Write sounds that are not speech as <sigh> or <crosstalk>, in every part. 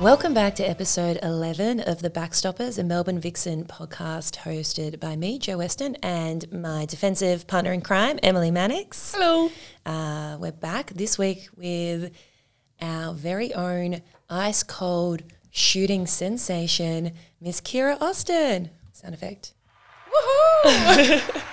Welcome back to episode 11 of the Backstoppers, a Melbourne Vixen podcast hosted by me, Joe Weston, and my defensive partner in crime, Emily Mannix. Hello. Uh, we're back this week with our very own ice cold shooting sensation, Miss Kira Austin. Sound effect. Woohoo!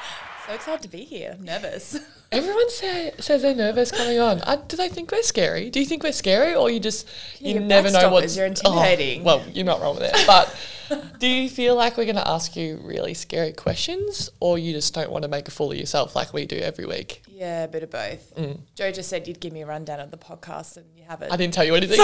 <laughs> so excited to be here. Nervous. Everyone say, says they're nervous coming on. I, do they think we're scary? Do you think we're scary, or you just you You're never know backstoppers, what's you're intimidating. Oh, well, you're not wrong with that. But do you feel like we're going to ask you really scary questions, or you just don't want to make a fool of yourself like we do every week? <laughs> Yeah, a bit of both. Joe just said you'd give me a rundown of the podcast and you haven't. I didn't tell you anything.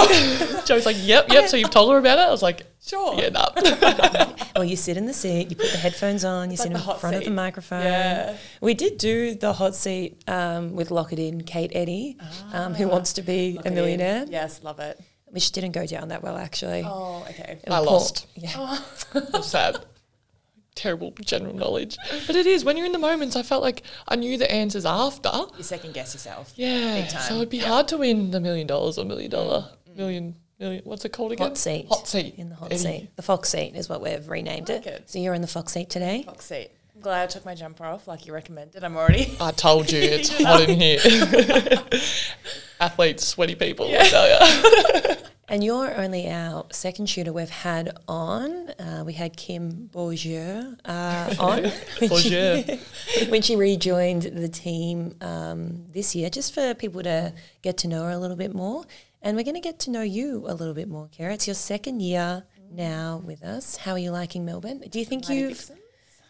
<laughs> Joe's like, "Yep, yep." So you've told her about it. I was like, Sure. yeah, nah." <laughs> Or Oh, you sit in the seat, you put the headphones on, you like sit the in hot front of the seat. microphone. Yeah. We did do the hot seat um, with Lock It In, Kate Eddy, um, who wants to be Lock it a Ah. in. millionaire, Yes, love it. which didn't go down that well, actually. Oh, okay. It was I poor- lost. Yeah. I'm sad. Terrible general knowledge, but it is when you're in the moments. I felt like I knew the answers after, You second guess yourself. Yeah. Big time. So it'd be hard to win the million dollars or million dollar million million. What's it called again? Mm. Hot seat. Hot seat. In the hot Eddie. seat. The fox seat is what we've renamed it. like it. So you're in the fox seat today. Box seat. I'm glad I took my jumper off like you recommended. I'm <laughs> already. I told you it's <laughs> hot in here. <laughs> Athletes, sweaty people. I tell you. And you're only our second shooter we've had on. Uh, we had Kim Bourgeois uh, <laughs> on <laughs> when, she, Bourgeois. <laughs> when she rejoined the team um, this year, just for people to get to know her a little bit more. And we're going to get to know you a little bit more, Kara. It's your second year now with us. How are you liking Melbourne? Do you think Mighty you've Vixen.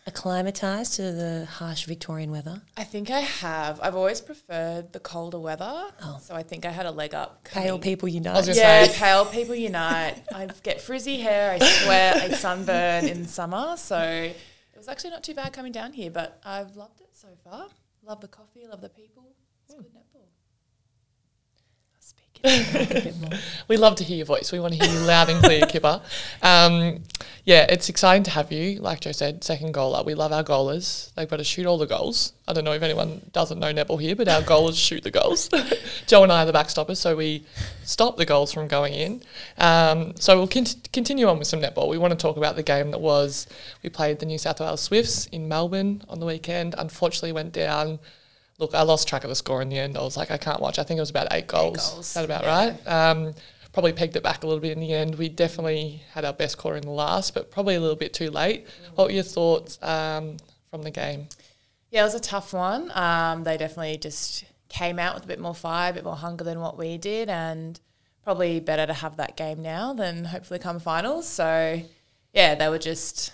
acclimatised to the harsh Victorian weather? I think I have. I've always preferred the colder weather. So I think I had a leg up. Pale coming- people unite. was gonna Yeah, say. pale people unite. I get frizzy hair, I sweat, I sunburn in summer. So it was actually not too bad coming down here, but I've loved it so far. Love the coffee, love the people. It's good netball. Speaking a bit more. We love to hear your voice. We want to hear you loud and clear, Kipper. Um, yeah, it's exciting to have you. Like Joe said, second goaler. We love our goalers. They've got to shoot all the goals. I don't know if anyone doesn't know netball here, but our goalers shoot the goals. Joe and I are the backstoppers, so we stop the goals from going in. Um, so we'll con- continue on with some netball. We want to talk about the game that was. We played the New South Wales Swifts in Melbourne on the weekend. Unfortunately, went down. Look, I lost track of the score in the end. I was like, I can't watch. I think it was about eight goals. goals. Is that about right? Um, probably pegged it back a little bit in the end. We definitely had our best quarter in the last, but probably a little bit too late. What were your thoughts um, from the <laughs> game? Yeah, it was a tough one. Um, they definitely just came out with a bit more fire, a bit more hunger than what we did, and probably better to have that game now than hopefully come finals. So, yeah, they were just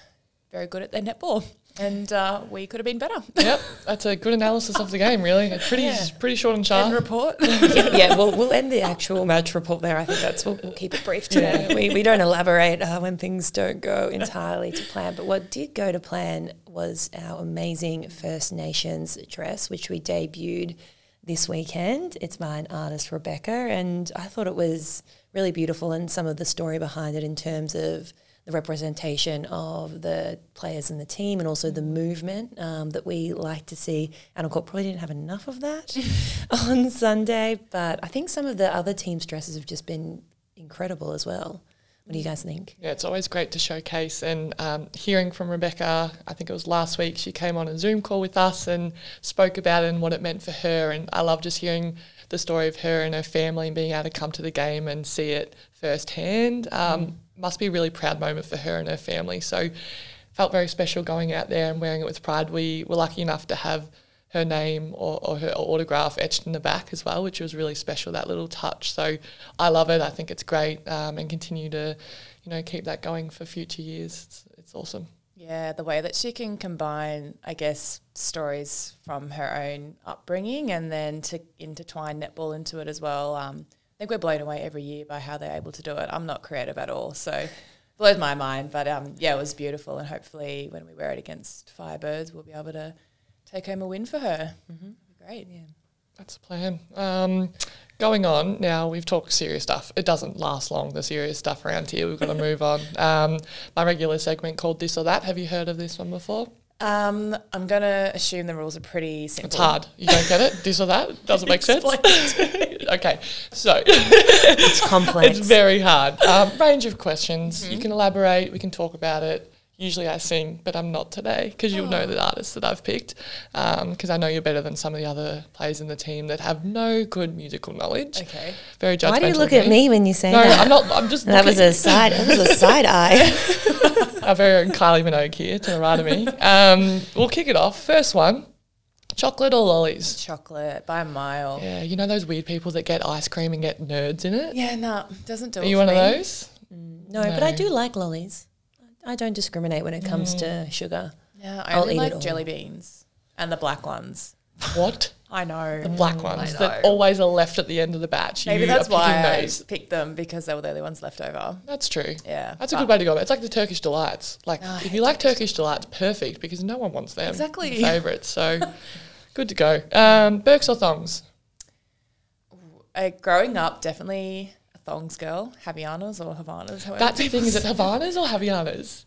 very good at their netball, and uh, we could have been better. Yep, that's a good analysis of the game. Really, It's pretty pretty short and End sharp. report. yeah, yeah, we'll, we'll end the actual match report there. I think that's we'll, we'll keep it brief today. <laughs> We, we don't elaborate uh, when things don't go entirely to plan. But what did go to plan was our amazing First Nations dress, which we debuted this weekend. It's by an artist, Rebecca, and I thought it was really beautiful and some of the story behind it in terms of the representation of the players and the team and also the movement um, that we like to see. And of course, probably didn't have enough of that on Sunday, but I think some of the other team's dresses have just been incredible as well. What do you guys think? Yeah, it's always great to showcase and um, hearing from Rebecca. I think it was last week she came on a Zoom call with us and spoke about it and what it meant for her. And I love just hearing the story of her and her family and being able to come to the game and see it firsthand. Um, Must be a really proud moment for her and her family. So felt very special going out there and wearing it with pride. We were lucky enough to have her name or, or her autograph etched in the back as well, which was really special, that little touch. So I love it. I think it's great um, and continue to, you know, keep that going for future years. It's, it's awesome. Yeah, the way that she can combine, I guess, stories from her own upbringing and then to intertwine netball into it as well. Um, I think we're blown away every year by how they're able to do it. I'm not creative at all, so blows my mind. But um, yeah, it was beautiful, and hopefully, when we wear it against Firebirds, we'll be able to take home a win for her. Mm-hmm. Great. Yeah. That's the plan. Um, going on now, we've talked serious stuff. It doesn't last long, the serious stuff around here. We've got to move on. Um, my regular segment called This or That. Have you heard of this one before? Um, I'm going to assume the rules are pretty simple. It's hard. You don't get it. This or that doesn't make sense. <laughs> okay, so It's complex. it's very hard. Um, range of questions. You can elaborate. We can talk about it. Usually I sing, but I'm not today because you'll know the artists that I've picked. Because I know you're better than some of the other players in the team that have no good musical knowledge. Okay. Very judgmental. Why do you look of at me when you say No, that? I'm not. I'm <laughs> just. that was looking. a side. That was a side eye. <laughs> our very own Kylie Minogue here to the right of me. Um, we'll kick it off. First one, chocolate or lollies. Chocolate by a mile. Yeah, Yeah, you know those weird people that get ice cream and get nerds in it. no, doesn't do Are it. you for one of me. those? No, Mm. but I do like lollies. I don't discriminate when it comes to sugar. Yeah, I I'll only eat it like all. jelly beans and the black ones. What? Mm, I know. The black ones that always are left at the end of the batch. Maybe You that's are picking why I those. picked them because they were the only ones left over. That's true. Yeah, That's a but- Oh, good way to go. about it. It's like the Turkish delights. Like I if hate you like Turkish delights, perfect because no one wants them. Exactly. Favorites. <laughs> So good to go. Um, Burks or thongs? Uh, growing up, definitely a thongs girl, Havianas or Havanas. However That's the thing. Is it Havanas or Havianas?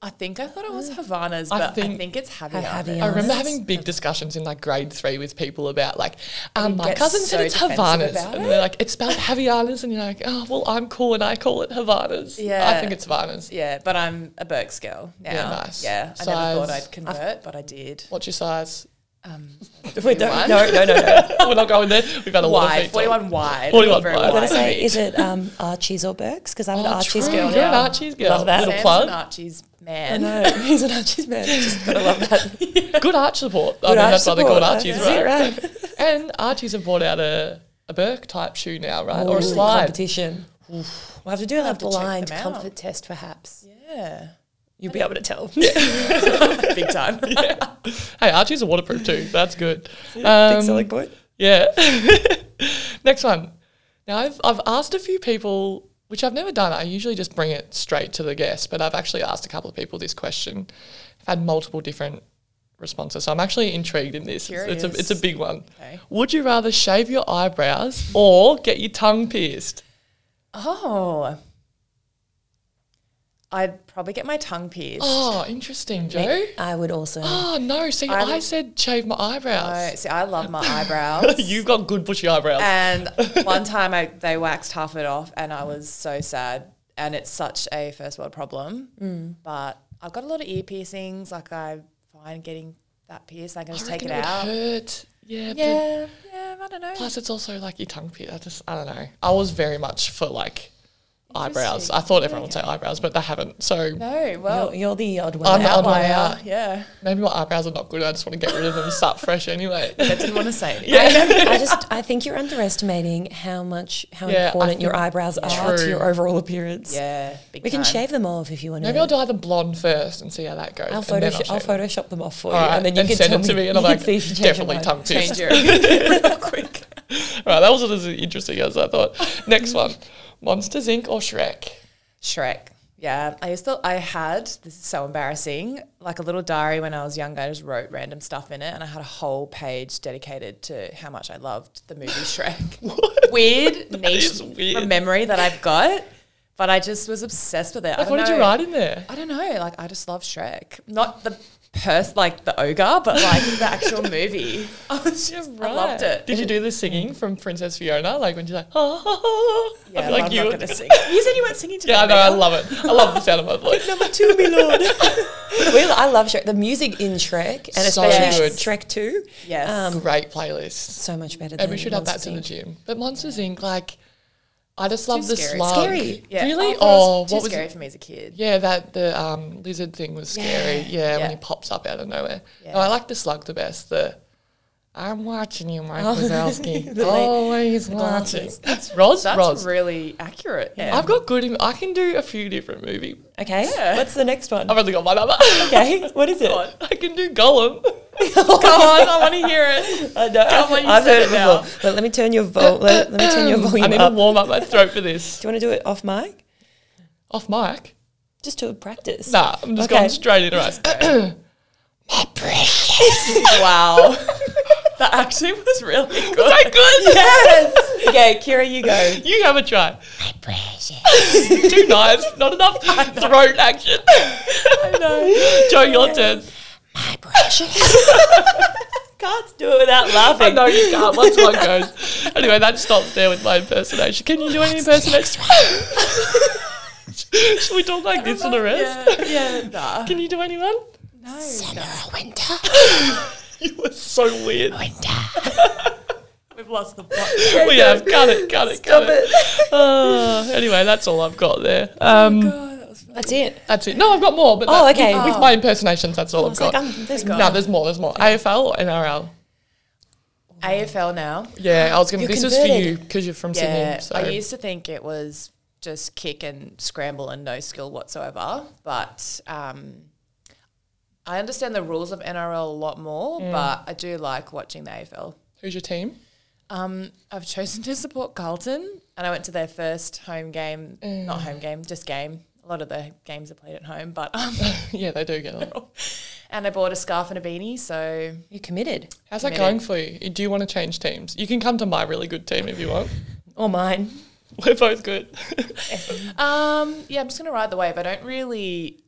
I think I thought it was Havanas, I but I think, think- it's Havianas. Havianas. I Yeah, remember that's- having big discussions in like grade three with people about like, um, my get cousin so said it's defensive Havanas, about and it. they're like, it's spelled Havianas, and you're like, oh well, I'm cool and I call it Havanas. I Yeah. think it's Havanas. Yeah, but I'm a Burke's girl now. Yeah, nice. Yeah, I Size. never thought I'd convert, but I did. What's your size? <laughs> Um, We One. don't, no, no, no, no. We're not going there. We've had a lot of wide, feet talk. 41 wide. 41 Very wide. I gotta Why? say, is it um, Archie's or Burke's? Because I'm an Oh, Archie's true. girl. You're an now. Archie's girl. Love that. Little Sam's plug. an Archie's I <laughs> man. know he's an Archie's man. Just gotta love that. Good arch support. I Good mean, arch that's why they support. call Archie's, That's it, right? right. And Archie's have brought out a, a Burke type shoe now, <laughs> right? or a Ooh, slide. competition. We'll have to do a have to check blind them out. comfort test, perhaps. Yeah, <laughs> You'll be able to <laughs> tell. big time. <laughs> Hey, Archie's are waterproof too. That's good. Um, Big selling point. Yeah. <laughs> Next one. Now I've I've asked a few people, which I've never done. I usually just bring it straight to the guest, but I've actually asked a couple of people this question. I've had multiple different responses, so I'm actually intrigued in this. It's, it's a it's a Curious. big one. Okay. Would you rather shave your eyebrows or get your tongue pierced? Oh. I'd probably get my tongue pierced. Oh, interesting, Joe. I would also. <gasps> Oh no! See, I'm- I said shave my No, eyebrows. see, I love my <laughs> <laughs> eyebrows. You've got good bushy eyebrows. And one time I, they waxed half of it off and I was so sad. And it's such a first world problem. But I've got a lot of ear piercings. Like I find getting that pierced, Oh, I can just I take reckon it would out. Hurt. Yeah. but- Yeah, yeah, I don't know. Plus, it's also like your tongue pierced. I just, I don't know. I was very much for like eyebrows. I thought everyone would say eyebrows, but they haven't. So no, well, You're, you're Oh. the odd one. I'm the out. odd one yeah, out. yeah. Maybe my eyebrows are not good. I just want to get rid of them and start fresh anyway. <laughs> I didn't want to say <laughs> anything. I just I think you're underestimating how much how Yeah, I important your think- eyebrows are True. to your overall appearance. Yeah, big we can time. shave them off if you want Maybe to. I'll dye them blonde first and see how that goes. I'll and then Photoshop, I'll shave them. Photoshop them off for you, All right, and then you can send tell it to me, <laughs> and you I'm can like, see if you change your definitely mind. tongue pierced. Change your <laughs> real quick. All right, that wasn't as interesting as I thought. Next Mm. one, Monsters Inc. or Shrek. Shrek. Yeah, I used to. I had this is so embarrassing. Like a little diary when I was younger, I just wrote random stuff in it, and I had a whole page dedicated to how much I loved the <laughs> movie Shrek. Weird niche is weird. memory that I've got, but I just was obsessed with it. I Like, don't what did you know. write in there? I don't know. Like I just love Shrek, not the purse, like the ogre, but like the actual <laughs> movie. I was just, I loved it. Did you do the singing from Princess Fiona? Like when she's like, oh, oh, oh. I Yeah, feel like I'm you not would- gonna <laughs> sing. You said you weren't singing today. Yeah, I know. I Megan. love it. I love the sound <laughs> of my voice. Number two, me <laughs> lord. we, I love Shrek. The music in Shrek, and So especially good. Shrek Two, um, Yes. Great playlist. so much better. And than we should have that Monsters, in the Inc. gym. But Monsters Inc. Like, I just love the scary. slug. Scary. Yeah. Really? Oh, it Oh, was what too was? scary It? for me as a kid. Yeah, that the um, lizard thing was scary. Yeah, Yeah. when he pops up out of nowhere. Yeah. No, I like the slug the best. The I'm watching you, Mike Wazowski. The late- Always watching. glasses. That's Roz. That's Roz. really accurate. Yeah. I've got good. Im- I can do a few different movie. Okay, what's the next one? I've only got one other. <laughs> Okay, <laughs> what is it? I can do Gollum. <laughs> Come on, I want to hear it. I know, Come on, you I've heard said it it now. before. But let me turn your vol- let, let me turn <coughs> your I volume need up. to warm up my throat for this. Do you want to do it off mic? Off mic. Just to practice. Nah, I'm just Okay. going straight into us. <clears throat> My precious. <laughs> Wow. <laughs> that actually was really good. Was that good? Yes. <laughs> okay, Kira, you go. You have a try. My precious. <laughs> Two <laughs> knives, not enough throat action. I know. Joe, your turn. My she can't do it without laughing. no, you can't. Once one goes. Anyway, that stops there with my impersonation. Can you do any impersonation? <laughs> Should we talk like this for the rest? Yeah, <laughs> yeah nah. Can you do anyone? no. Winter. You were so weird. We've lost the plot. we have. Cut it, cut it, cut it. <laughs> Uh, anyway, that's all I've got there. Um, God, that was funny. That's it. that's it. No, I've got more. But Oh, that- okay. With, with Oh. my impersonations, that's I all I've was got. like, I'm, there's more. no, there's more. There's more. AFL or NRL? AFL now. Yeah, I was gonna. You this was for converted. you because you're from Yeah, I Sydney. So used to think it was just kick and scramble and no skill whatsoever, but um, I understand the rules of NRL a lot more. But I do like watching the AFL. who's your team? Um, I've chosen to support Carlton, and I went to their first home game. Not home game, just game. A lot of the games are played at home, but um, <laughs> <laughs> yeah, they do get on. and I bought a scarf and a beanie, so You committed. How's that Minute. going for you? Do you want to change teams? You can come to my really good team if you want. <laughs> Or mine. We're both good. Um, yeah, I'm just gonna ride the wave. I don't really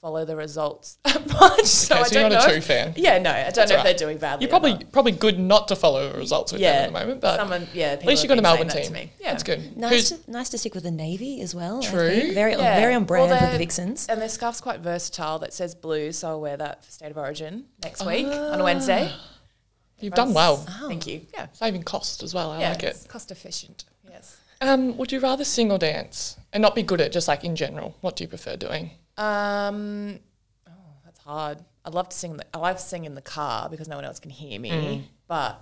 follow the results <laughs> that much, so, Okay, I so you're don't not a know. two if- fan. Yeah, no, I don't know alright. if they're doing badly. You're or probably not. probably good not to follow the results with yeah them at the moment, but someone yeah. at least you got a Melbourne team. Yeah, that's good. Nice Who's- to, nice to stick with the Navy as well. I True. think. Very, Yeah. very on brand Well, with they're- the Vixens. And their scarf's quite versatile. That says blue, so I'll wear that for State of Origin next week on Wednesday. you've Ah. done well. Thank you. Yeah, Saving cost as well. I yeah, like it. it's cost efficient. Yes. Um, would you rather sing or dance and not be good at just like in general? What do you prefer doing? Um, oh, that's hard. I'd love to sing. in The, I love to sing in the car because no one else can hear me. Mm. But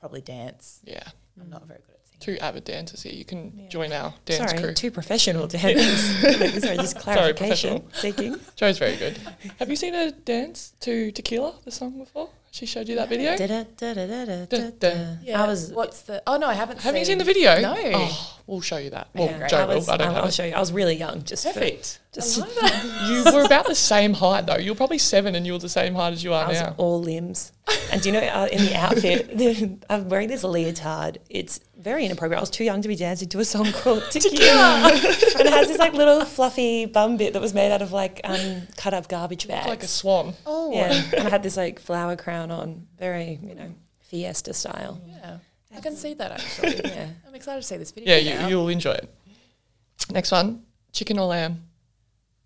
probably dance. Yeah, I'm not very good at singing. two avid dancers here. You can join our dance Sorry, crew. two professional dancers. <laughs> Sorry, just clarification seeking. <laughs> Joe's very good. Have you seen her dance to Tequila, the song before? She showed you that video. Da-da-da-da-da-da. I was. What's the? Oh no, I haven't. Haven't you seen seen the video? No. Oh, we'll show you that. Well, Okay, great. Joe I was will. I don't I'll, have I'll it. show you. I was really young. Just for- just <laughs> You were about the same height though. You're probably seven, and you're the same height as you are I was now. all limbs. And do you know, uh, in the outfit, <laughs> the, I'm wearing this leotard. It's very inappropriate. I was too young to be dancing to a song called Tequila. and it has this like little fluffy bum bit that was made out of like um, cut up garbage bags. Like a swan. Oh yeah. and I had this like flower crown on, very, you know, fiesta <laughs> style. yeah. I can see that actually. Yeah. I'm excited to see this video. Yeah, you, you'll enjoy it. Next one: chicken or lamb.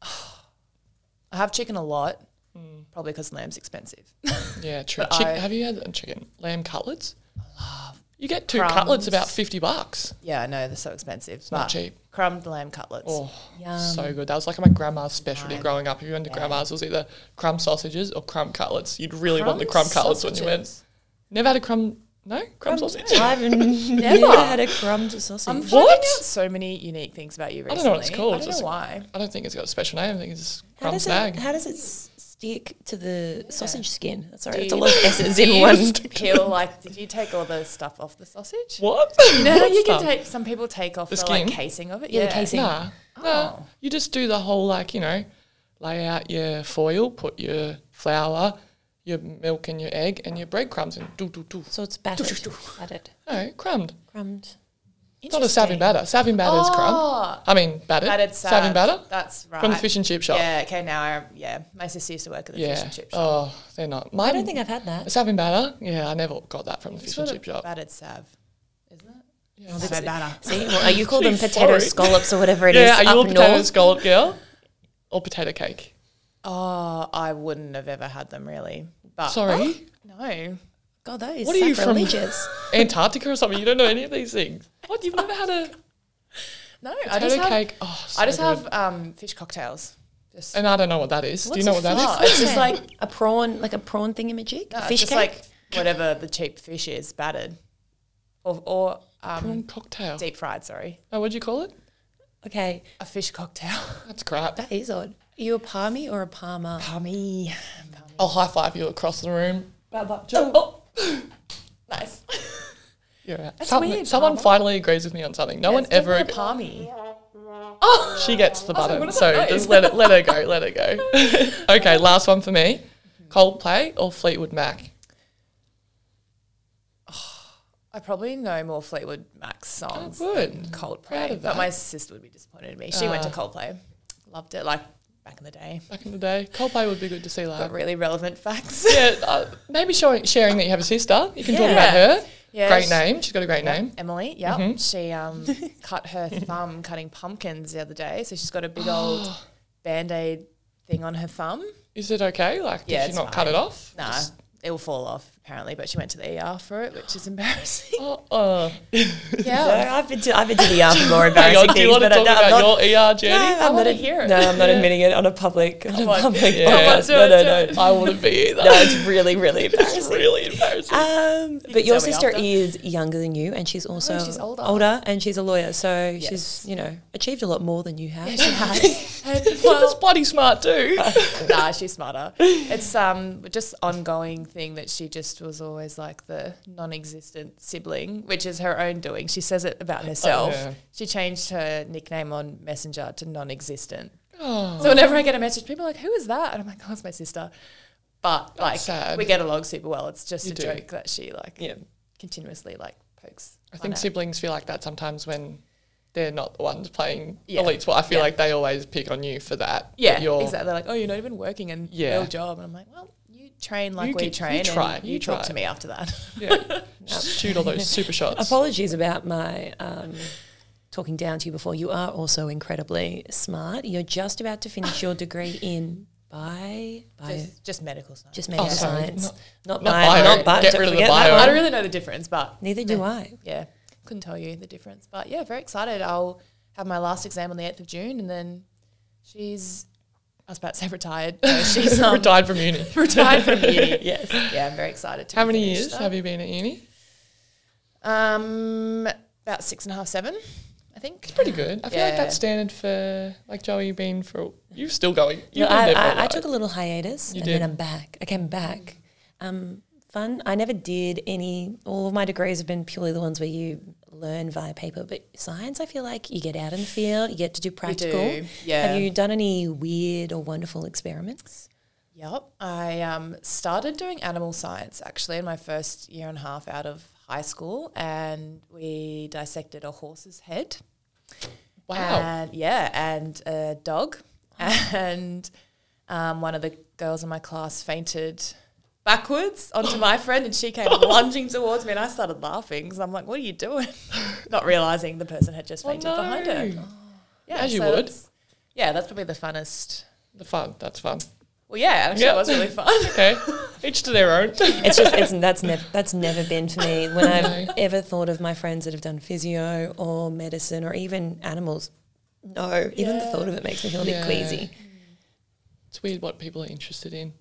I have chicken a lot, Mm. probably because lamb's expensive. <laughs> Yeah, true. But Chick- I- have you had uh, chicken lamb cutlets? You get two Crumbs. cutlets about fifty bucks. yeah, I know they're so expensive. not but cheap. Crumbed lamb cutlets. Oh, Yum. so good. That was like my grandma's specialty growing up. If you went to Yeah. grandma's, it was either crumb sausages or crumb cutlets. You'd really want the crumb Crumb cutlets when you went. sausages. Never had a crumb. No crumb, sausage. I've never had a crumb to sausage. I'm What? finding out so many unique things about you I recently. don't know what it's called. I don't It's know just- why. I don't think it's got a special name. I think it's just how crumb does snag. it? How does it s- stick to the sausage skin? Sorry, Do it's a you- lot of s's Do in you one. <laughs> peel like? Did you take all the stuff off the sausage? What? No, What you can stuff? take. Some people take off The the, like skin? casing of it. Yeah, the casing. Nah, nah. Oh. You just do the whole like you know, lay out your foil, put your flour, your milk and your egg and your breadcrumbs and do do do. So it's battered. battered. No, crumbed. Crumbed. It's not a savin Interesting. batter. Savin batter is crumb. Oh, I mean battered. battered Savin salad. batter That's right. from the fish and chip shop. Yeah. Okay. Now I yeah. My sister used to work at the Yeah. fish and chip shop. Oh, they're not. Mine, I don't think I've had <laughs> that. savin batter. Yeah, I never got that from the fish and chip shop. Battered sav, isn't it? Oh, Yeah, Savin batter. See, well, you call them Sorry. potato scallops or whatever it is yeah, are you a up potato north. scallop girl or potato cake? Oh, I wouldn't have ever had them really. But Sorry, no. God, that is What are you from? sacrilegious. oh. Antarctica or something. You don't know any of these things. What? You've never had a No, I potato just have, cake? oh, so I just good. have um, fish cocktails. Just And I don't know what that is. Do you What's know a what that fish is? Ah, Oh, it's <laughs> just cocktail? like- a prawn, like a prawn thingamajig, no, a it's fish Uh, just cake. like whatever the cheap fish is battered, or or um, Prawn cocktail. deep fried. Sorry, Oh, what'd you call it? okay, a fish cocktail. That's crap. that is odd. Are you a palmy or a palmer? Palmy. I'll high five you across the room. Nice. You're out. That's Someone, weird, someone Palmer. finally agrees with me on something. No one ever. a palmy. She gets the what button. is So that just let it, let her go. Let <laughs> her go. okay, last one for me. Coldplay or Fleetwood Mac? I probably know more Fleetwood Mac songs. Oh, Good. Coldplay. Proud of that. But my sister would be disappointed in me. She went to Coldplay. Loved it. Like back in the day. Back in the day, Coldplay would be good to see live. Got really relevant <laughs> facts. yeah, uh, maybe showing, sharing that you have a sister. You can talk Yeah. about her. Yeah, great she- name. Mm-hmm. She's got a great Yep, <gasps> name. Emily. Yep. She um, cut her thumb cutting pumpkins the other day, so she's got a <gasps> big old band aid thing on her thumb. Is it okay? Like, did Yeah, she it's not cut fine. it off? No, it will fall off apparently, but she went to the ER for it, <gasps> which is <laughs> embarrassing. Oh, uh, No, yeah. I've been to, I've been to the um, more <laughs> hang on, embarrassing do you things, want to but I, talk am not, about your ER journey? no, I'm not wanna ad- hear it. No, I'm not admitting it on a public on a Like, public yeah. podcast. Do No, it, no, do no. it. I wouldn't <laughs> be either. No, it's really, really <laughs> it's embarrassing. really embarrassing. Uh, Um, but can your tell me sister after. is younger than you, and she's also she's older. and she's a lawyer, so Yes. she's you know achieved a lot more than you have. <laughs> She has. Her- well, That's bloody <laughs> smart too. nah, she's smarter. It's um just ongoing thing that she just was always like the non-existent sibling, which is her own doing. She says it about herself. Oh, yeah. She changed her nickname on Messenger to non-existent. Oh. So whenever I get a message, people are like, "Who is that?" And I'm like, "Oh, it's my sister." But like, sad. we get along super well. It's just You a do. joke that she like Yeah. continuously like pokes. I fun think at. siblings feel like that sometimes when they're not the ones playing Yeah. elite sport. I feel Yeah. like they always pick on you for that. Yeah, That you're- exactly. They're like, oh, you're not even working in Yeah. real job, and I'm like, well, you train like You we get- you train. and try, You, you talk try. to me after that. <laughs> Yeah. Just shoot all those super shots. Apologies about my um, talking down to you before. You are also incredibly smart. You're just about to finish your degree in bio, bio just, just, just medical science. medical sorry, science, not, not- not bio, bio. not bio. Get don't rid of the forget bio. that I <laughs> one. don't really know the difference, but Neither do I. yeah, couldn't tell you the difference. But yeah, very excited. I'll have my last exam on the eighth of June, and then she's. I was about to say retired. <laughs> No, she's um, Retired from uni. retired from <laughs> uni. Yes. Yeah, I'm very excited. To How be many finished years that. have you been at uni? Um, about six and a half, seven, I think. Pretty good. I feel like Yeah. that's standard for like Joey being for. You're still going. You No, were I, never I, I right. took a little hiatus You and did. then I'm back. I came back. Um, fun. I never did any, all of my degrees have been purely the ones where you learn via paper. But science, I feel like you get out in the field, you get to do practical. do, yeah. Have you done any weird or wonderful experiments? Yep. I um, started doing animal science actually in my first year and a half out of high school, and we dissected a horse's head. Wow. And, yeah, and a dog. <laughs> And um, one of the girls in my class fainted backwards onto <laughs> my friend, and she came lunging towards me, and I started laughing because I'm like, "What are you doing?" <laughs> Not realizing the person had just Oh, fainted behind her. no. As you would. that's- Yeah, that's probably the funnest. The fun. That's fun. Well, yeah, actually, Yeah. it was really fun. <laughs> Okay. Each to their <laughs> own. It's just, it's, that's, never that's never been for me. When I've No. ever thought of my friends that have done physio or medicine or even animals, no, even the Yeah. thought of it makes me feel a Yeah. bit queasy. It's weird what people are interested in.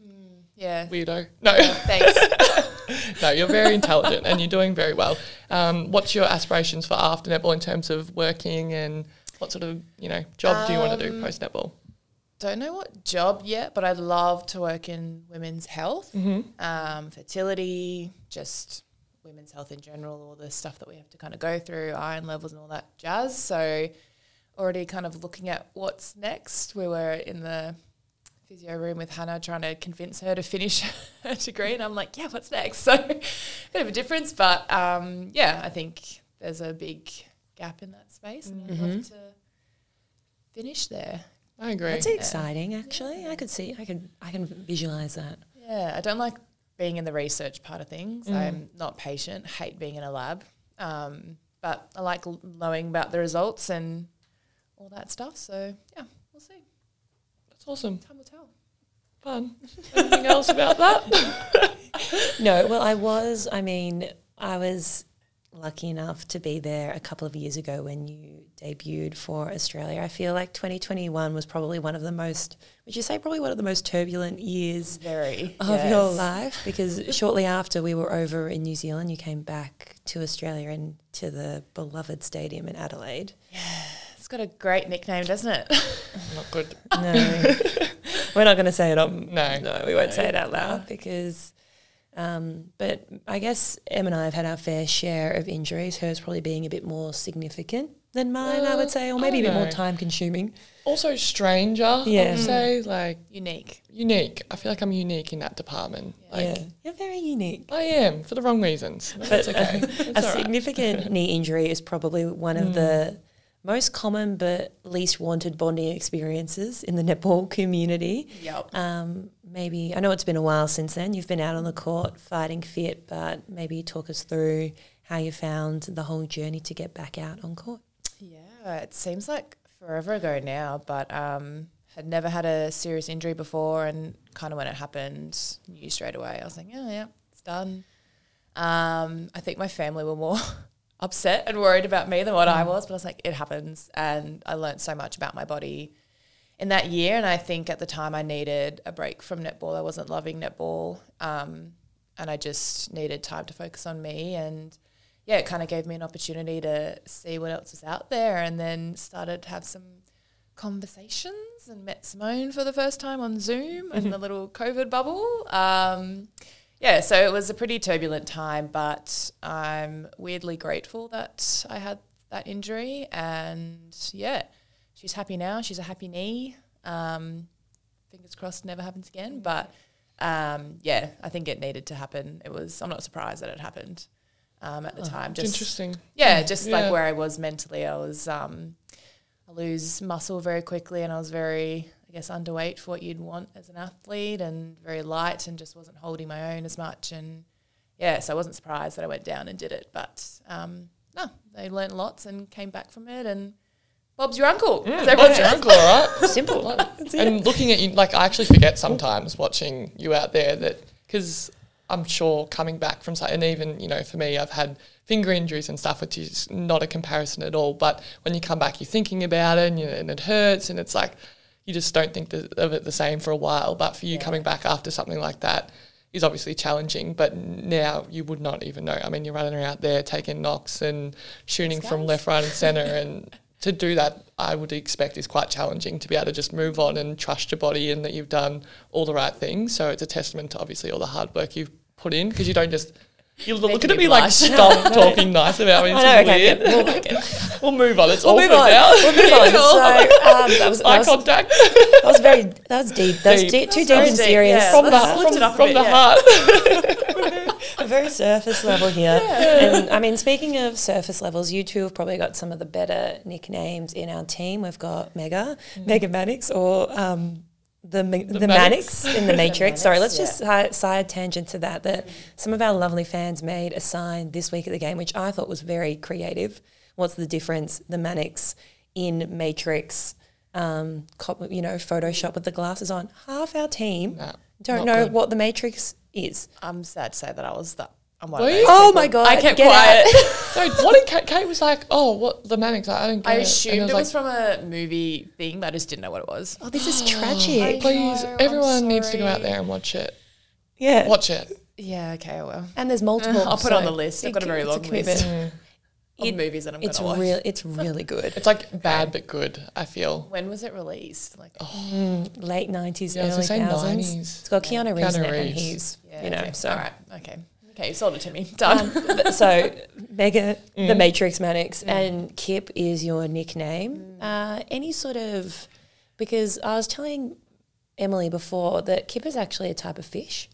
Yeah. <laughs> Weirdo. No. Thanks. No, you're very intelligent and you're doing very well. Um, what's your aspirations for after netball in terms of working and what sort of you know job do you want to do post netball? don't know what job yet, but I'd love to work in women's health, um, fertility, just women's health in general, all the stuff that we have to kind of go through, iron levels and all that jazz. So, already kind of looking at what's next. We were in the physio room with Hannah trying to convince her to finish <laughs> her degree, and I'm like, yeah, what's next? <laughs> So, bit of a difference, but um, yeah, I think there's a big gap in that space, and I'd love to finish there. I agree. That's exciting, actually. I could see, I could, I can visualize that. Yeah, I don't like being in the research part of things. I'm not patient. Hate being in a lab. Um, but I like l- knowing about the results and all that stuff. So yeah, we'll see. That's awesome. Time will tell. Fun. <laughs> Anything else about that? No, well, I was. I mean, I was lucky enough to be there a couple of years ago when you debuted for Australia. I feel like 2021 was probably one of the most, would you say, probably one of the most turbulent years Very of your life? Because shortly after we were over in New Zealand, you came back to Australia and to the beloved stadium in Adelaide. It's got a great nickname, doesn't it? <laughs> Not good. No, we're not going to say it on. No. no, we won't say it out loud because. Um, but I guess Em and I have had our fair share of injuries. Hers probably being a bit more significant than mine, I would say, or Uh, I maybe a bit don't more know. time consuming. Also, stranger. Yeah. I Yeah. would say like Unique. unique. I feel like I'm unique in that department. Like yeah, you're very unique. I am for the <laughs> wrong reasons. That's okay. It's a all right. <laughs> significant knee injury is probably one of the Hmm. most common but least wanted bonding experiences in the netball community. Yep. Um, maybe I know it's been a while since then. You've been out on the court fighting fit, but maybe talk us through how you found the whole journey to get back out on court. Yeah, it seems like forever ago now, but um, had never had a serious injury before, and kind of when it happened, knew straight away. I was like, yeah, yeah, it's done. Um, I think my family were more <laughs> upset and worried about me than what I was, but I was like, it happens, and I learnt so much about my body in that year. And I think at the time I needed a break from netball. I wasn't loving netball, um, and I just needed time to focus on me. And yeah, it kind of gave me an opportunity to see what else was out there, and then started to have some conversations and met Simone for the first time on Zoom in the little COVID bubble. Um, yeah, so it was a pretty turbulent time, but I'm weirdly grateful that I had that injury. And yeah, she's happy now. She's a happy knee. Um, fingers crossed, never happens again. But um, yeah, I think it needed to happen. It was. I'm not surprised that it happened um, at the time. It's Just interesting. yeah, just Yeah. like where I was mentally, I was um, I lose muscle very quickly, and I was very, I guess, underweight for what you'd want as an athlete, and very light, and just wasn't holding my own as much. And yeah, so I wasn't surprised that I went down and did it, but um, no, they learnt lots and came back from it. And Bob's your uncle. So everyone <laughs> That's your says- uncle, all right? Simple. Like- <laughs> and looking at you, like I actually forget sometimes watching you out there that because I'm sure coming back from si- and even you know for me I've had finger injuries and stuff, which is not a comparison at all. But when you come back, you're thinking about it and, you, and it hurts, and it's like you just don't think th- of it the same for a while. But for you coming back after something like that is obviously challenging. But now you would not even know. I mean, you're running around there taking knocks and shooting from left, right, and center, and to do that, I would expect is quite challenging to be able to just move on and trust your body and that you've done all the right things. So it's a testament to obviously all the hard work you've put in because you don't just. You look Making at me me like blush. stop talking nice about me. It's <laughs> I know, okay, weird. We'll, move on. It's all <laughs> We'll move awkward on. now. We'll move <laughs> on. So um, that was that Eye was, contact that was very that was deep. That was Deep. deep, too deep very and deep, serious. yeah. From from the, Let's lift from, it up a from bit, the yeah. heart. a very surface level here. And I mean, speaking of surface levels, you two have probably got some of the better nicknames in our team. We've got Mega, Mega Manix, or um, the, Ma- the, Manix Manix. in the Matrix. Sorry, Manix, let's yeah. just side, side tangent to that. That some of our lovely fans made a sign this week at the game, which I thought was very creative. What's the difference? The Manix in Matrix. Um, cop, you know, Photoshop with the glasses on. Half our team No, don't not know good. what the Matrix is. I'm sad to say that I was that. I'm one Were of you? those. Oh people. my god! I kept get out. quiet. no, what did Kate, Kate was like? Oh, what the manics? I don't. <laughs> Get I it." And assumed it was, like, from a movie thing, but I just didn't know what it was. Oh, this is tragic. Please, know, I'm everyone needs to go out sorry. there and watch it. Yeah. Watch it. Yeah, okay, I will. And there's multiple. I'll put it so on the list. I've it- got a very it's long commitment. list of It- movies that I'm going It's to watch. real. It's really good. <laughs> It's like bad but good. I feel. When was it released? Like, Late nineties, Yeah, I was early gonna say thousands. 90s. It's got Keanu Reeves in it, and Reeves. he's yeah, you know okay. so. all right, okay, okay, you sold it to me. Done. <laughs> But- so Mega, Mm. the Matrix Manix, and Kip is your Mm. nickname. Uh, any sort of because I was telling Emily before that Kip is actually a type of fish.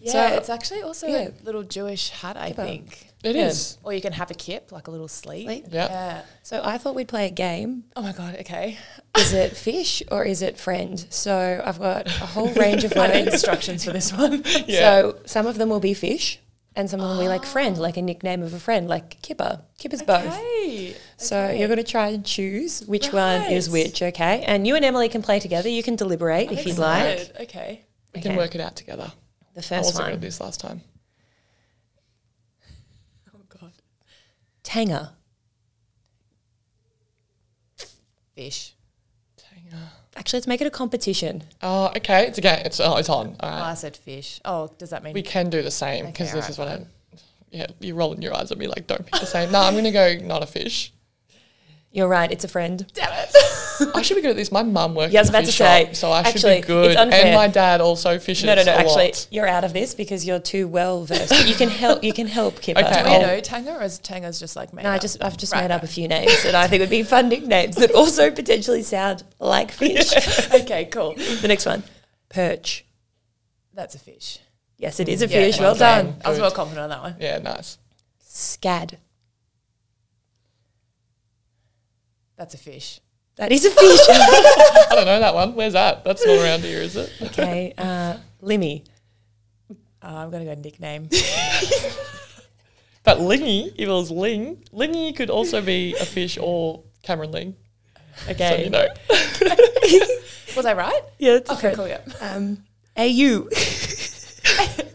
yeah, so- it's actually also yeah. a little Jewish hat, I think. It Yeah. is. Or you can have a kip, like a little sleeve. Sleeve? Yeah. Yeah. So I thought we'd play a game Oh my god. Okay. is it fish or is it friend? So I've got a whole range <laughs> of I need words. instructions for this one. <laughs> Yeah. So some of them will be fish, and some of them will be <gasps> like friend, like a nickname of a friend, like Kipper. Kipper's both. Hey. So you're going to try and choose which one is Right. which, okay? And you and Emily can play together. You can deliberate if you'd like. Good. Okay. We can Okay. work it out together. The I first wasn't good at one, this last time. Oh god. Tanger. Fish. Dang, uh, Actually, let's make it a competition. Oh, okay. It's again. It's oh, it's on. Oh, All right. I said fish. Oh, does that mean? We can do the same because Okay, this all is what I. Yeah, you're rolling your eyes at me like, don't pick the same. no, I'm gonna go not a fish. You're right. It's a friend. Damn it. I should be good at this. My mum works. Yeah, I was in a about fish to say, shop, so I actually, should it's be good. unfair. And my dad also fishes. No, no, no. a Actually, lot. you're out of this because you're too well versed. You can help. You can help Kipper. <laughs> Okay, Do we I'll- know Tanger or is Tanger's just like me? No, I just I've just Right, made up a few names that I think would be fun nicknames that also potentially sound like fish. <laughs> okay, cool. <laughs> The next one, perch. That's a fish. Yes, it is a Mm, Yeah, fish. Well okay. done. I was Good. well confident on that one. yeah, nice. Scad. That's a fish. That is a fish. I don't know that one. Where's that? That's not around here, is it? okay. Uh, Limmy. Oh, I'm gonna go nickname. But Lingy, if it was Ling, Lingy could also be a fish or Cameron Ling. So Okay. you know. Was I right? <laughs> Yeah, that's Okay, cool. Yeah. Um, <laughs> AU.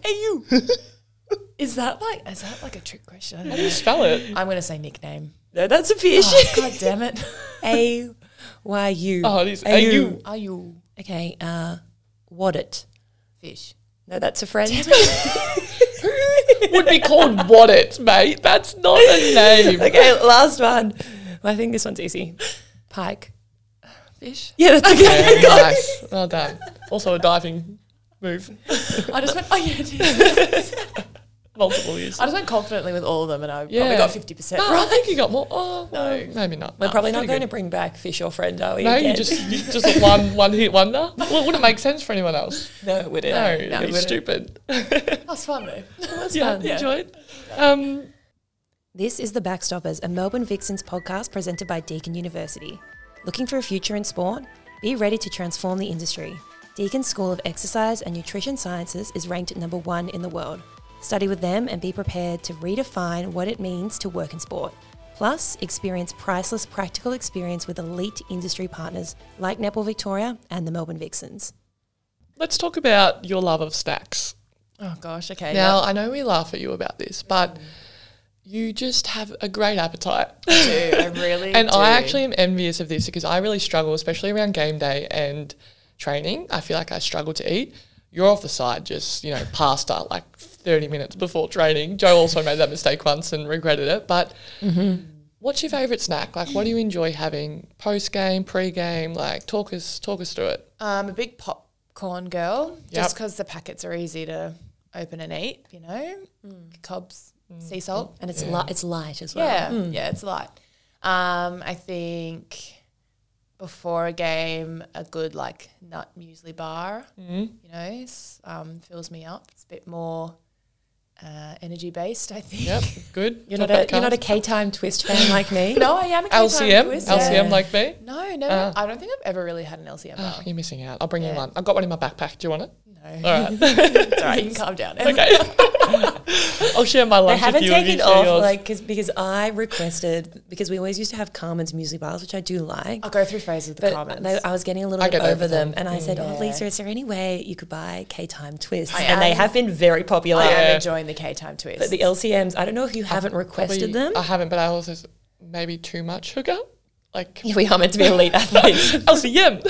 Hey you. Is that like is that like a trick question? I don't How do know. you spell it? <laughs> I'm gonna say nickname. No, that's a fish. Oh, <laughs> God damn it. <laughs> A Y U. Oh, it is. A AU. U. Are you Okay. Uh, Waddit. fish? No, that's a friend. <laughs> Would be called Waddit, mate. That's not a <laughs> name. okay, <laughs> last one. Well, I think this one's easy. Pike. Fish. Yeah, that's okay. <laughs> Very nice. Well done. Also a diving move. I just went. Oh yeah. It is. Multiple use. I just went confidently with all of them, and I Yeah. probably got fifty percent No, I right. think you got more. Oh, no, maybe not. We're No, probably not pretty going to good. bring back fish or friend, are we? No, you again? just you just a one one hit wonder. Well, it wouldn't make sense for anyone else. <laughs> no, it wouldn't. No, no, it'd be it wouldn't. stupid. That was fun though. yeah, fun. Yeah. enjoyed. Um, This is The Backstoppers, a Melbourne Vixens podcast presented by Deakin University. Looking for a future in sport? Be ready to transform the industry. Deakin School of Exercise and Nutrition Sciences is ranked number one in the world. Study with them and be prepared to redefine what it means to work in sport. Plus, experience priceless practical experience with elite industry partners like Nepal Victoria and the Melbourne Vixens. let's talk about your love of snacks. Oh gosh. Okay. Now, I know we laugh at you about this, but you just have a great appetite. yeah, I do. I really. <laughs> And I do. actually am envious of this because I really struggle, especially around game day and training. I feel like I struggle to eat. You're off the side, just, you know, pasta like 30 minutes before training. Joe also made that mistake once and regretted it. But what's your favourite snack? Like, what do you enjoy having post game, pre game? Like, talk us, talk us through it. I'm Um, a big popcorn girl, just 'cause Yep. just because the packets are easy to open and eat. You know, Mm. cobs, sea salt. And it's, li- it's light as well. Yeah, Hmm. yeah, it's a lot. Um, I think before a game, a good like nut muesli bar, Mm-hmm. you know, s- um, fills me up. It's a bit more uh, energy based, I think. Yep, good. You're, Top not a, up you're not a carbs. K time twist fan like me. <laughs> No, I am a keto LCM, twist, yeah. LCM like me. No, never. Ah. I don't think I've ever really had an LCM Oh, bar. you're missing out. I'll bring you Yeah. one. I've got one in my backpack. Do you want it? No, All right. it's all right. You can calm down. okay. I'll share my I lunch with haven't you. if you taken share off <laughs> yours. like 'cause- because I requested because we always used to have Carmen's music bars, which I do like. I'll go through phases with the But comments. they, I was getting a little Oh, I bit get over, over them, them. Mm, and I said, "Oh, Yeah. Lisa, is there any way you could buy K Time twists?" Oh, I and they am- have been very popular. I Yeah. am enjoying the K time twist. But <laughs> the LCMs, I don't know if you haven't Oh, Probably- requested <laughs> them. <laughs> I haven't, but I also s- maybe too much sugar. Like Yeah, we are meant to be <laughs> elite athletes. LCM.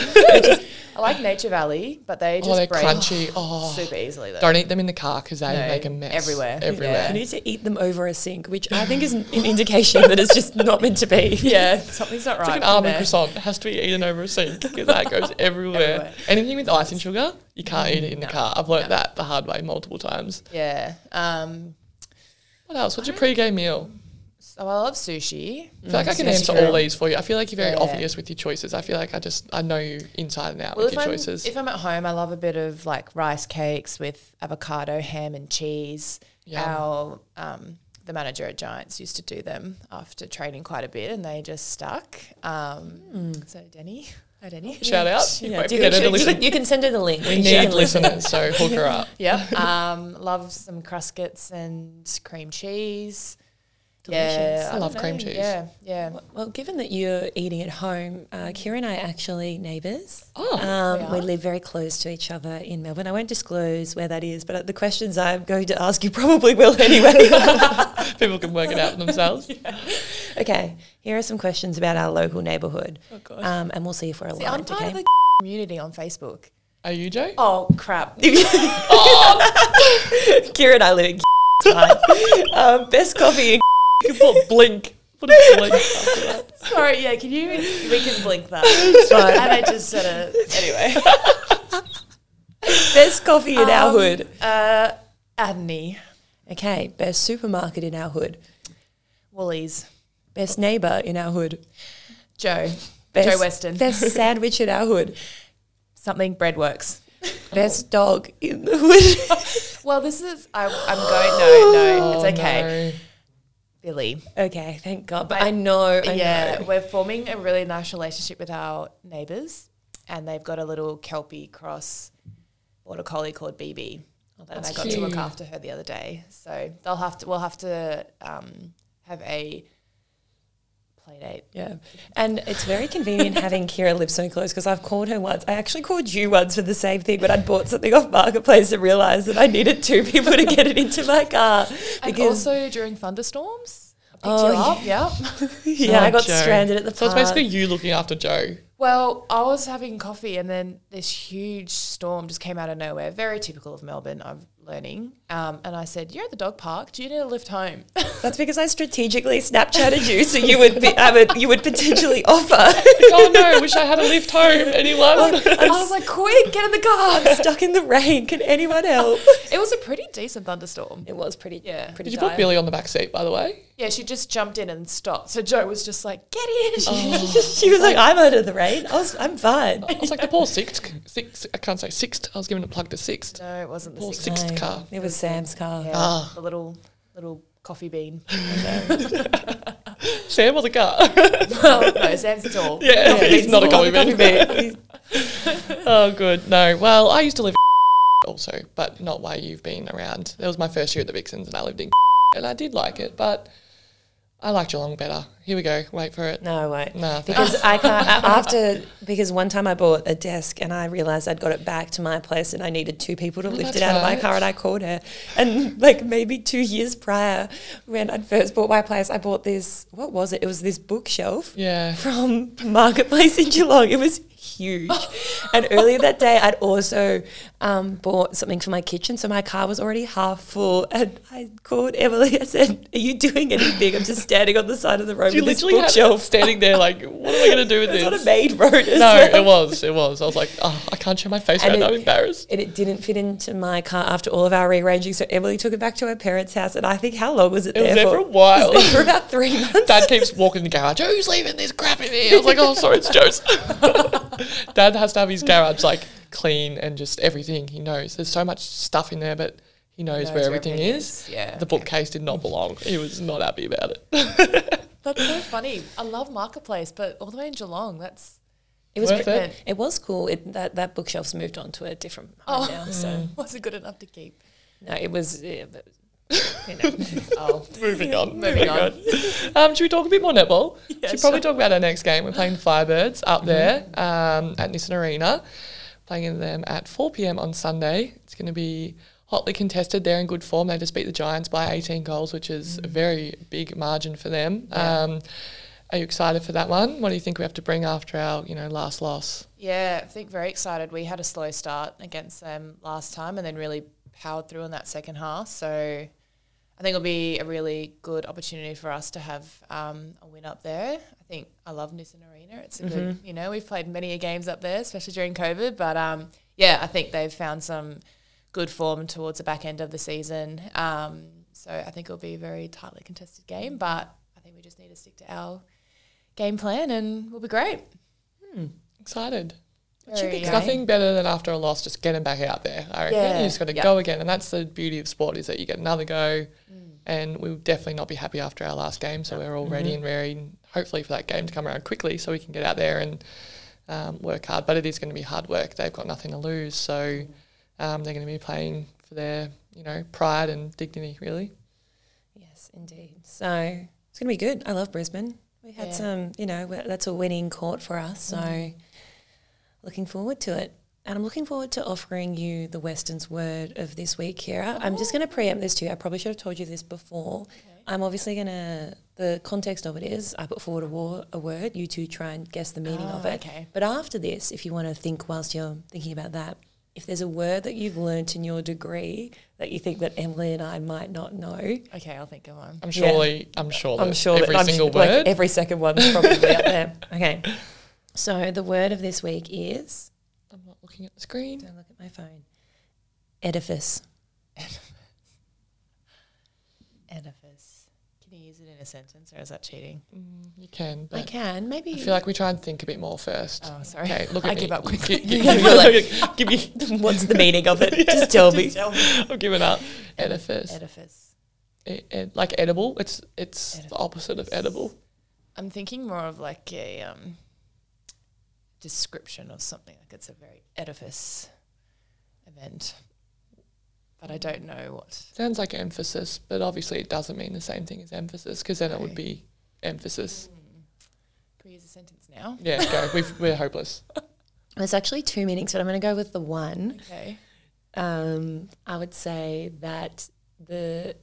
I like Nature Valley, but they just Oh, they're break crunchy. Oh, super easily. Though. don't eat them in the car because they No, make a mess everywhere. <laughs> I Everywhere. need to eat them over a sink, which I think <laughs> is an an indication that it's just not meant to be. Yeah, something's not right. It's like an in almond there. croissant has to be eaten over a sink because that goes everywhere. Everywhere. Anything with icing sugar, you can't eat it in the car. I've learnt that the hard way multiple times. Yeah. Um, What else? What's your pre-game meal? so I love sushi. I feel like I can that's answer true. all these for Mm. you. I feel like you're very Yeah. obvious with your choices. I feel like I just I know you inside and out Well, with if your I'm, choices. if I'm at home, I love a bit of like rice cakes with avocado, ham, and cheese. Yum. Our um, the manager at Giants used to do them after training quite a bit, and they just stuck. Um, So Denny, hi Denny. Hmm. Shout out. You Yeah, won't do get you, her to you- <laughs> listen. you can send her the link. We She need can listen. listeners, so hook her up. <laughs> <laughs> Yeah. um, love some cruscuts and cream cheese. Delicious. Yeah, I love don't cream know. cheese. Yeah, yeah. Well, given that you're eating at home, uh, Kira and I are actually neighbours. Oh. um, we are? live very close to each other in Melbourne. I won't disclose where that is, but uh, the questions I'm going to ask you <laughs> probably will <laughs> anyway. People can work it out for themselves. okay, here are some questions about our local neighbourhood, Oh gosh. um, and we'll see if we're See, I'm aligned. part of okay. the <laughs> community on Facebook. Are you Joe? Oh crap! Kira and I live in. <laughs> <laughs> fine. um, best coffee. in- <laughs> You put blink. Put a blink Oh, after that. Sorry, yeah. Can you? We can blink <laughs> that. It's fine. and I just said it anyway. Best coffee in our hood. Uh, Adney, Okay, best supermarket in our hood. Woolies, Best neighbour in our hood. Joe, Best, Joe Weston, <laughs> Oh. Best sandwich in our hood. something Breadworks. Best dog in <laughs> the hood. Well, this is I, I'm going. Oh, No, no, it's okay. No. Billy. Okay, thank God. But I, know, I yeah, know. we're forming a really nice relationship with our neighbours, and they've got a little Kelpie cross border collie called BB. and I got to look cute. after her the other day, so they'll have to. We'll have to um, have a play date. Yeah. And it's very convenient having Kira live so close because I've called her once. I actually called you once for the same thing, but I'd bought something off Marketplace and realized that I needed two people to get it into my car. And Because, also during thunderstorms, I picked Oh, you up. Yeah. <laughs> yeah, Oh, I got Joe. stranded at the So park. it's basically you looking after Joe. Well, I was having coffee and then this huge storm just came out of nowhere. Very typical of Melbourne, I'm learning. Um, and I said, You're at the dog park. Do you need a lift home? <laughs> That's because I strategically Snapchatted you, so you would be, I would, you would potentially offer. oh no, wish I had a lift home. Anyone? I was like, Quick, get in the car. <laughs> I'm stuck in the rain. Can anyone help? It was a pretty decent thunderstorm. It was pretty. Yeah. pretty <laughs> Did you dire. put Billy on the back seat, by the way? Yeah, she just jumped in and stopped. So Joe was just like, Get <laughs> in. she was like, "I'm under the rain. I was, I'm fine." I was like the poor sixth, sixth. I can't say sixth. I was giving it plug to sixth. No, it wasn't the Poor six. sixth No, car. It was Sam's car. Yeah, Ah. The little, little coffee bean. <laughs> <laughs> Sam was a car. well, no, Sam's tall. yeah, <laughs> he's not a Well, coffee the man. <laughs> oh, good. No. Well, I used to live <laughs> in also, but not while you've been around. It was my first year at the Vixens, and I lived in <laughs> and I did like it, but I liked Geelong better. Here we go. Wait for it. No, I won't. No, thanks. <laughs> Because I can't a- after because one time I bought a desk and I realized I'd got it back to my place and I needed two people to lift it that's out of my right. car and I called her and like maybe two years prior when I'd first bought my place I bought this what was it it was this bookshelf <laughs> Yeah. from Marketplace in Geelong it was huge <laughs> and earlier that day I'd also um, bought something for my kitchen so my car was already half full and I called Emily I said are you doing anything I'm just standing on the side of the road You with this literally had bookshelf it <laughs> standing there like, what am I going to do with it's not a this? made road. as No, well. <laughs> it was. It was. I was like, oh, I can't show my face And right now. I'm it- embarrassed. And it didn't fit into my car after all of our rearranging. So Emily took it back to her parents' house. And I think, how long was it, It there, <laughs> was there for a while. It was there for about three months. Dad keeps walking in the garage. Who's leaving this crap in here? I was like, oh, sorry, it's Joe's. <laughs> Dad has to have his garage like clean and just everything. He knows there's so much stuff in there, but he knows, where, everything, is. Yeah. The bookcase did not belong. He was not happy about it. That's so funny. I love Marketplace, but all the way in Geelong, that's it was Worth pretty, it. it. was cool. It, that that bookshelf's moved on to a different home Oh. now. So wasn't good enough to keep. Oh. no, it was. Yeah, but, you know. Oh, moving <laughs> on, Moving moving on. Um, should we talk a bit more netball? Yeah, should probably talk about our next game. We're playing the Firebirds up there um, at Nissan Arena, playing them at 4 p.m. on Sunday. It's going to be hotly contested. They're in good form. They just beat the Giants by 18 goals, which is a very big margin for them. Um, are you excited for that one? What do you think we have to bring after our, you know, last loss? yeah, I think very excited. We had a slow start against them last time and then really powered through in that second half. So I think it'll be a really good opportunity for us to have um, a win up there. I think I love Nissan Arena. It's a good, you know, we've played many games up there, especially during COVID. But um, yeah, I think they've found some good form towards the back end of the season. Um, so I think it'll be a very tightly contested game, but I think we just need to stick to our game plan and we'll be great. Excited. Very, It's uh, nothing better than after a loss, just getting back out there. I reckon Yeah. you just got to Yeah. go again, and that's the beauty of sport is that you get another go, and we'll definitely not be happy after our last game. So we're all Mm-hmm. ready and raring, hopefully for that game to come around quickly, so we can get out there and um, work hard. But it is going to be hard work. They've got nothing to lose, so Mm. um, they're going to be playing for their you know pride and dignity, really. yes, indeed. So it's gonna be good. I love Brisbane. We had Yeah. some, you know, we- that's a winning court for us. So looking forward to it. And I'm looking forward to offering you the Western's word of this week, Kira. I'm just going to preempt this to you. I probably should have told you this before. I'm obviously going to, the context of it is I put forward a, war, a word, you two try and guess the meaning of Ah, it. okay. But after this, if you want to think whilst you're thinking about that, if there's a word that you've learnt in your degree that you think that Emily and I might not know, Okay, I'll think of one. I'm surely, I'm sure, I'm that sure Uh, every that I'm single sure- like, word. every second one's probably up <laughs> there. Okay. So the word of this week is I'm not looking at the screen. don't look at my phone. Edifice. Edifice. Can you use it in a sentence or is that cheating? Mm, You can, I but can maybe. I feel like we try and think a bit more first. Oh, sorry. Okay, look at I me. give up <laughs> quickly. <laughs> Gi- gi- You're gi- <laughs> give me. <laughs> What's the meaning of it? Just tell me. I've given up. Edifice. Edifice. e- e- like edible. It's it's the opposite of edible. I'm thinking more of like a um, description of something. Like it's a very edifice event, but I don't know what. Sounds like emphasis, but obviously it doesn't mean the same thing as emphasis because then it would No. be emphasis. Can we use a sentence now? Yeah, go. We've, we're hopeless. There's actually two meanings, but I'm going to go with the one. Okay. Um, I would say that the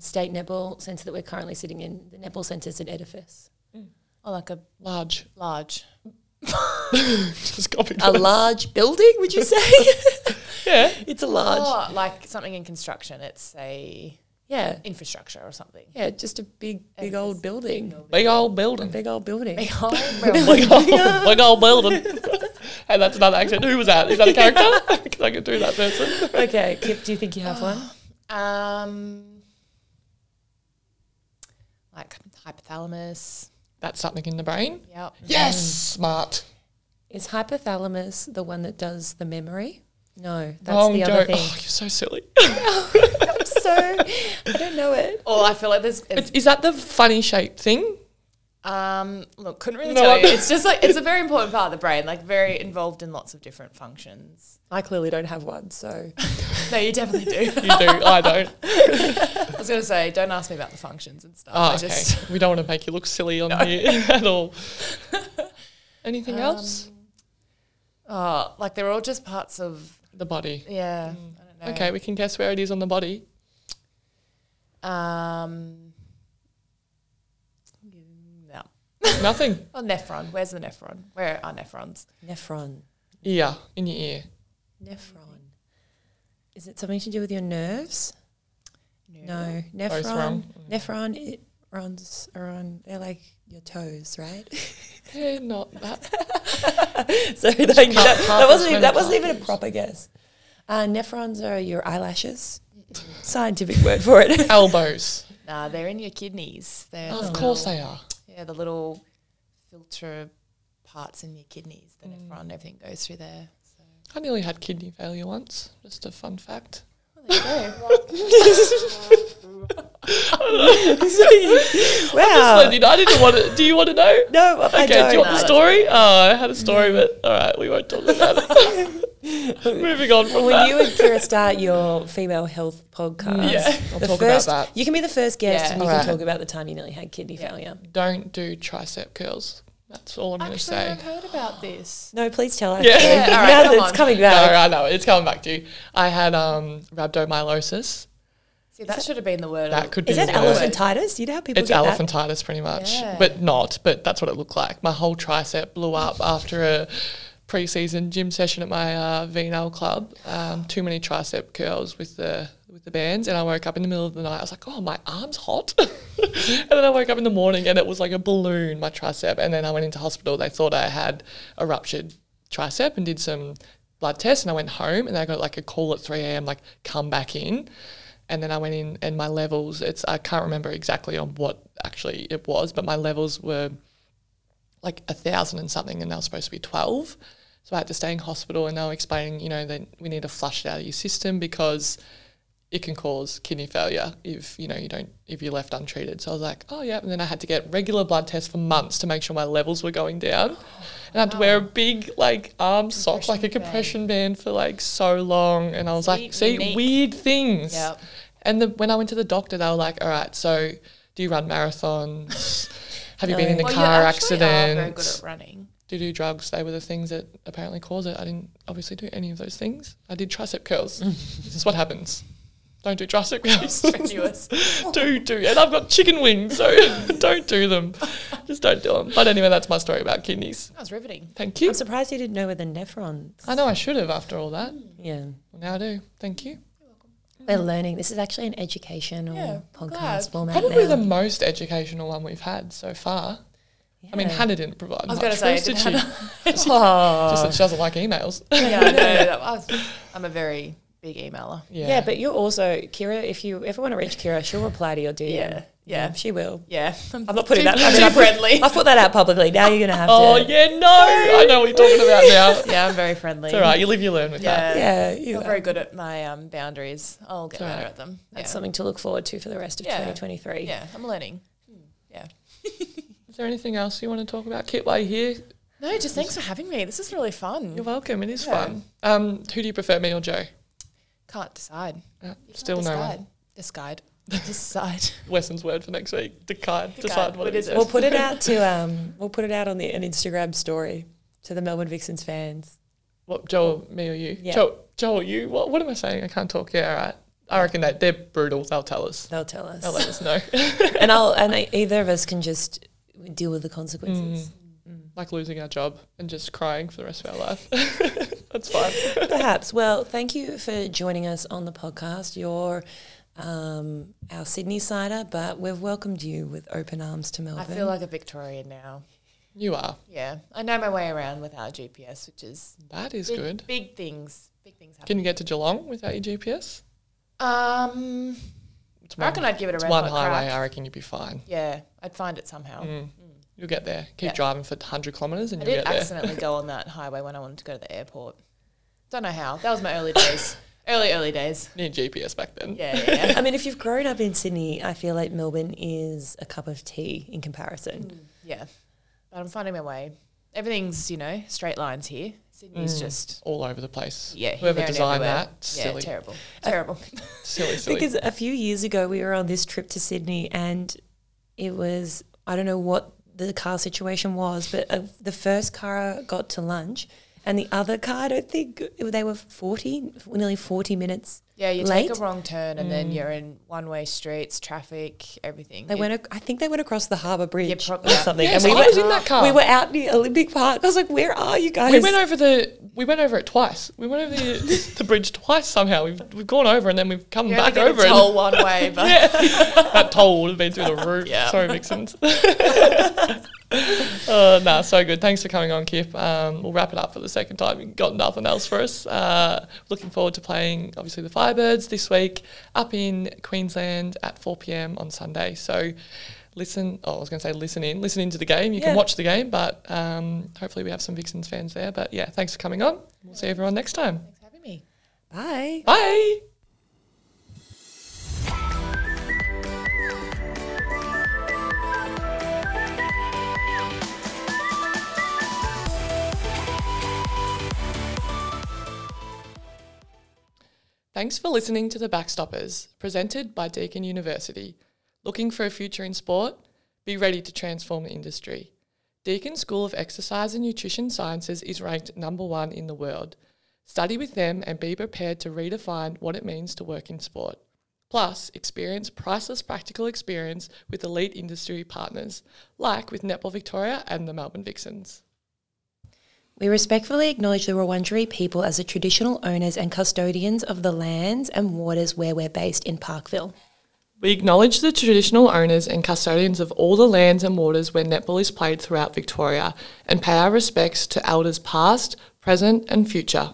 state netball centre that we're currently sitting in, the netball centre is an edifice, Oh, like a Large. <laughs> large. Just copy a that. large building. Would <laughs> you say <laughs> Yeah. it's a large? Oh, like something in construction. It's a Yeah, infrastructure or something. yeah, just a big, big Edifice. old building, Big old building. big old building. Big old <laughs> Big old, big old building. <laughs> hey, that's another accent. Who was that? Is that a character? <laughs> Because I could do that person. <laughs> <laughs> okay, Kip, do you think you have one? Oh Um, like hypothalamus. That's something in the brain. Yep. Yes. Smart. Is hypothalamus the one that does the memory? No, that's Wrong the joke. other <laughs> thing. Oh, you're so silly. so I don't know it. Oh, I feel like there's. It's, is that the funny shape thing? Um, look, couldn't really No, tell I'm- you. It's just like it's a very important part of the brain, like very involved in lots of different functions. I clearly don't have one, so No, you definitely do. <laughs> You do. I don't. I was gonna say, don't ask me about the functions and stuff. Ah, Oh, I okay. just <laughs> We don't want to make you look silly on here <laughs> <laughs> at all. Anything Um, else? um, oh, like they're all just parts of The body. yeah. I don't know. Mm. Okay, we can guess where it is on <laughs> the body. Um. No. Nothing. Oh, nephron. Where's the nephron? Where are nephrons? nephron, Ear in your ear. nephron. Is it something to do with your nerves? No, Both nephron. wrong. Nephron it runs around. They're like your toes, right? They're not that. <laughs> so like, that, that carpals, wasn't even, that man, wasn't even a carpals. proper guess. Uh, nephrons are your <laughs> eyelashes. Scientific word for <laughs> it. <laughs> Elbows. Nah, they're in your kidneys. They're the Oh, Of course little- they are. Yeah, the little filter parts in your kidneys. The Mm. nephron, everything goes through there. So. I nearly had kidney failure once. Just a fun fact. Well, Oh, there you <laughs> go. wow. Just let you know, I didn't want to. Do you want to know? no, <laughs> I Okay, do you don't. want the story? Oh, I had a <laughs> story, but all right, we won't talk about it. <laughs> Moving on from When that. you and Kira start your female health podcast, <laughs> yeah, I'll the talk first, about that. You can be the first guest Yeah. and you Alright. can talk about the time you nearly had kidney failure. Don't do tricep curls. That's all I'm going to Actually, say. I've heard about this. No, please tell us. <laughs> Yeah. Kira. Yeah, <laughs> alright, now that come it's on. coming No, back. I know it's coming back to you. I had um, rhabdomyolysis. See, that should have been the word. That could be Is that the word. elephantitis? You know how people It's get elephantitis, pretty much, Yeah. but not. But that's what it looked like. My whole tricep blew up after a preseason gym session at my uh, VNL club. Um, too many tricep curls with the with the bands, and I woke up in the middle of the night. I was like, "Oh, my arm's hot," <laughs> and then I woke up in the morning, and it was like a balloon, my tricep. And then I went into hospital. They thought I had a ruptured tricep and did some blood tests. And I went home, and I got like a call at three a.m. like, "Come back in." and then I went in and my levels it's I can't remember exactly on what actually it was, but my levels were like a thousand and something and they were supposed to be twelve. So I had to stay in hospital and they were explaining, you know, that we need to flush it out of your system because it can cause kidney failure if, you know, you don't if you're left untreated. So I was like, Oh yeah, and then I had to get regular blood tests for months to make sure my levels were going down. And I had to wear a big like arm sock, like a compression band. for like so long and I was like, see, unique. weird things. Yep. And the, when I went to the doctor, they were like, all right, so do you run marathons? Have you been in a Well, you car actually Are very good accident? at <laughs> running. <laughs> Do you do drugs? They were the things that apparently cause it. I didn't obviously do any of those things. I did tricep <laughs> curls. this is what happens. Don't do tricep curls. <laughs> Strenuous. do, do. And I've got chicken wings, so <laughs> don't do them. Just don't do them. But anyway, that's my story about kidneys. That <laughs> was riveting. Thank that. I'm you. surprised you didn't know where the nephrons. I know I should have after all that. Yeah. Well, now I do. Thank you. Mm-hmm. We're learning. This is actually an educational Yeah, I'm podcast glad. format. Probably now. the most educational one we've had so far. I mean, Yeah. Hannah didn't provide I was much gonna say, for us, did did she? Hannah- Oh. Uh. <laughs> Just that she doesn't like emails. <laughs> yeah, no, that was, I'm a very big emailer. Yeah. but you're also Kira. If you ever want to reach Kira, she'll reply to your DM. Yeah. Yeah. she will. Yeah, I'm not putting Too- that. I too mean, I've put- <laughs> friendly. I've put that out publicly. Now you're gonna have Oh to. yeah, no, I know what you're talking about <laughs> now. yeah, I'm very friendly. It's all right. You live, you learn with that. Yeah, yeah, you I'm are. very good at my um, boundaries. I'll get all better right. at them. That's yeah. something to look forward to for the rest of Yeah. 2023. yeah, I'm learning. Yeah. Is there anything else you want to talk about, Kit? While you're Mm. here, No, just thanks for having me. This is really you're fun. welcome. It is Yeah. fun. Um, who do you prefer, me or Joe? Can't decide. Uh, still no one. <laughs> Decide. Decide. Wesson's word for next week. Decide. Decide what, What it is is. it? We'll put it out to um, we'll put it out on the an Instagram story to the Melbourne Vixens fans. What, Joel, me or you? Yeah. Joel, Joel, you. What, what am I saying? I can't talk. Yeah, all right. I reckon that they're brutal. They'll tell us. They'll tell us, They'll let <laughs> us know. <laughs> and I'll and I, either of us can just deal with the consequences. like losing our job and just crying for the rest of our life. <laughs> That's fine. Mm. Perhaps. Well, thank you for joining us on the podcast. You're um, our Sydney cider, but we've welcomed you with open arms to I Melbourne. feel like a Victorian now. You are. Yeah, I know my way around without GPS, which is That is big, good. Big things. Big things happen. Can you get to Geelong without your GPS? Um, It's I reckon I'd give it a it's red one hot highway. crack. I reckon you'd be fine. Yeah, I'd find it somehow. You'll get there. Keep Yeah. driving for 100 kilometres and I you'll did get there. accidentally go on that highway when I wanted to go to the airport. Don't know how. That was my <laughs> early days. early, early days. Need GPS back then. Yeah, yeah, yeah. <laughs> I mean, if you've grown up in Sydney, I feel like Melbourne is a cup of tea in comparison. yeah. But I'm finding my way. Everything's, you know, straight lines here. Sydney's just, All over the place. yeah. here, Mm. Whoever there and designed everywhere. that, silly, Yeah, <laughs> terrible. Terrible. silly, silly. Because a few years ago, we were on this trip to Sydney, and it was I don't know what the car situation was, but uh, the first car got to lunch, and the other car, I don't think they were forty, nearly forty minutes. yeah, you Late? take a wrong turn and Mm. then you're in one way streets, traffic, everything. They It- went. ac- I think they went across the harbour bridge probably. or something, Yes, and we I was were, in that car. we were out near Olympic Park. I was like, "Where are you guys?" we went over the we went over it twice. We went over <laughs> the, the bridge twice somehow. We've, we've gone over and then we've come you only back get a over it. toll one way, but <laughs> that toll would have been through the roof. Yeah. Sorry, Vixens. <laughs> uh, nah, so good. Thanks for coming on, Kip. Um, we'll wrap it up for the second time. You've got nothing else for us. Uh, looking forward to playing, obviously, the Firebirds this week up in Queensland at 4 p.m. on Sunday. So listen, oh, I was going to say listen in. Listen into the game. You Yeah. can watch the game, but um, hopefully we have some Vixens fans there. But yeah, thanks for coming on. We'll see everyone next time. Thanks for having me. Bye. Bye. Thanks for listening to The Backstoppers, presented by Deakin University. Looking for a future in sport? Be ready to transform the industry. Deakin School of Exercise and Nutrition Sciences is ranked number one in the world. Study with them and be prepared to redefine what it means to work in sport. Plus, experience priceless practical experience with elite industry partners, like with Netball Victoria and the Melbourne Vixens. We respectfully acknowledge the Wurundjeri people as the traditional owners and custodians of the lands and waters where we're based in Parkville. We acknowledge the traditional owners and custodians of all the lands and waters where netball is played throughout Victoria and pay our respects to elders past, present, and future.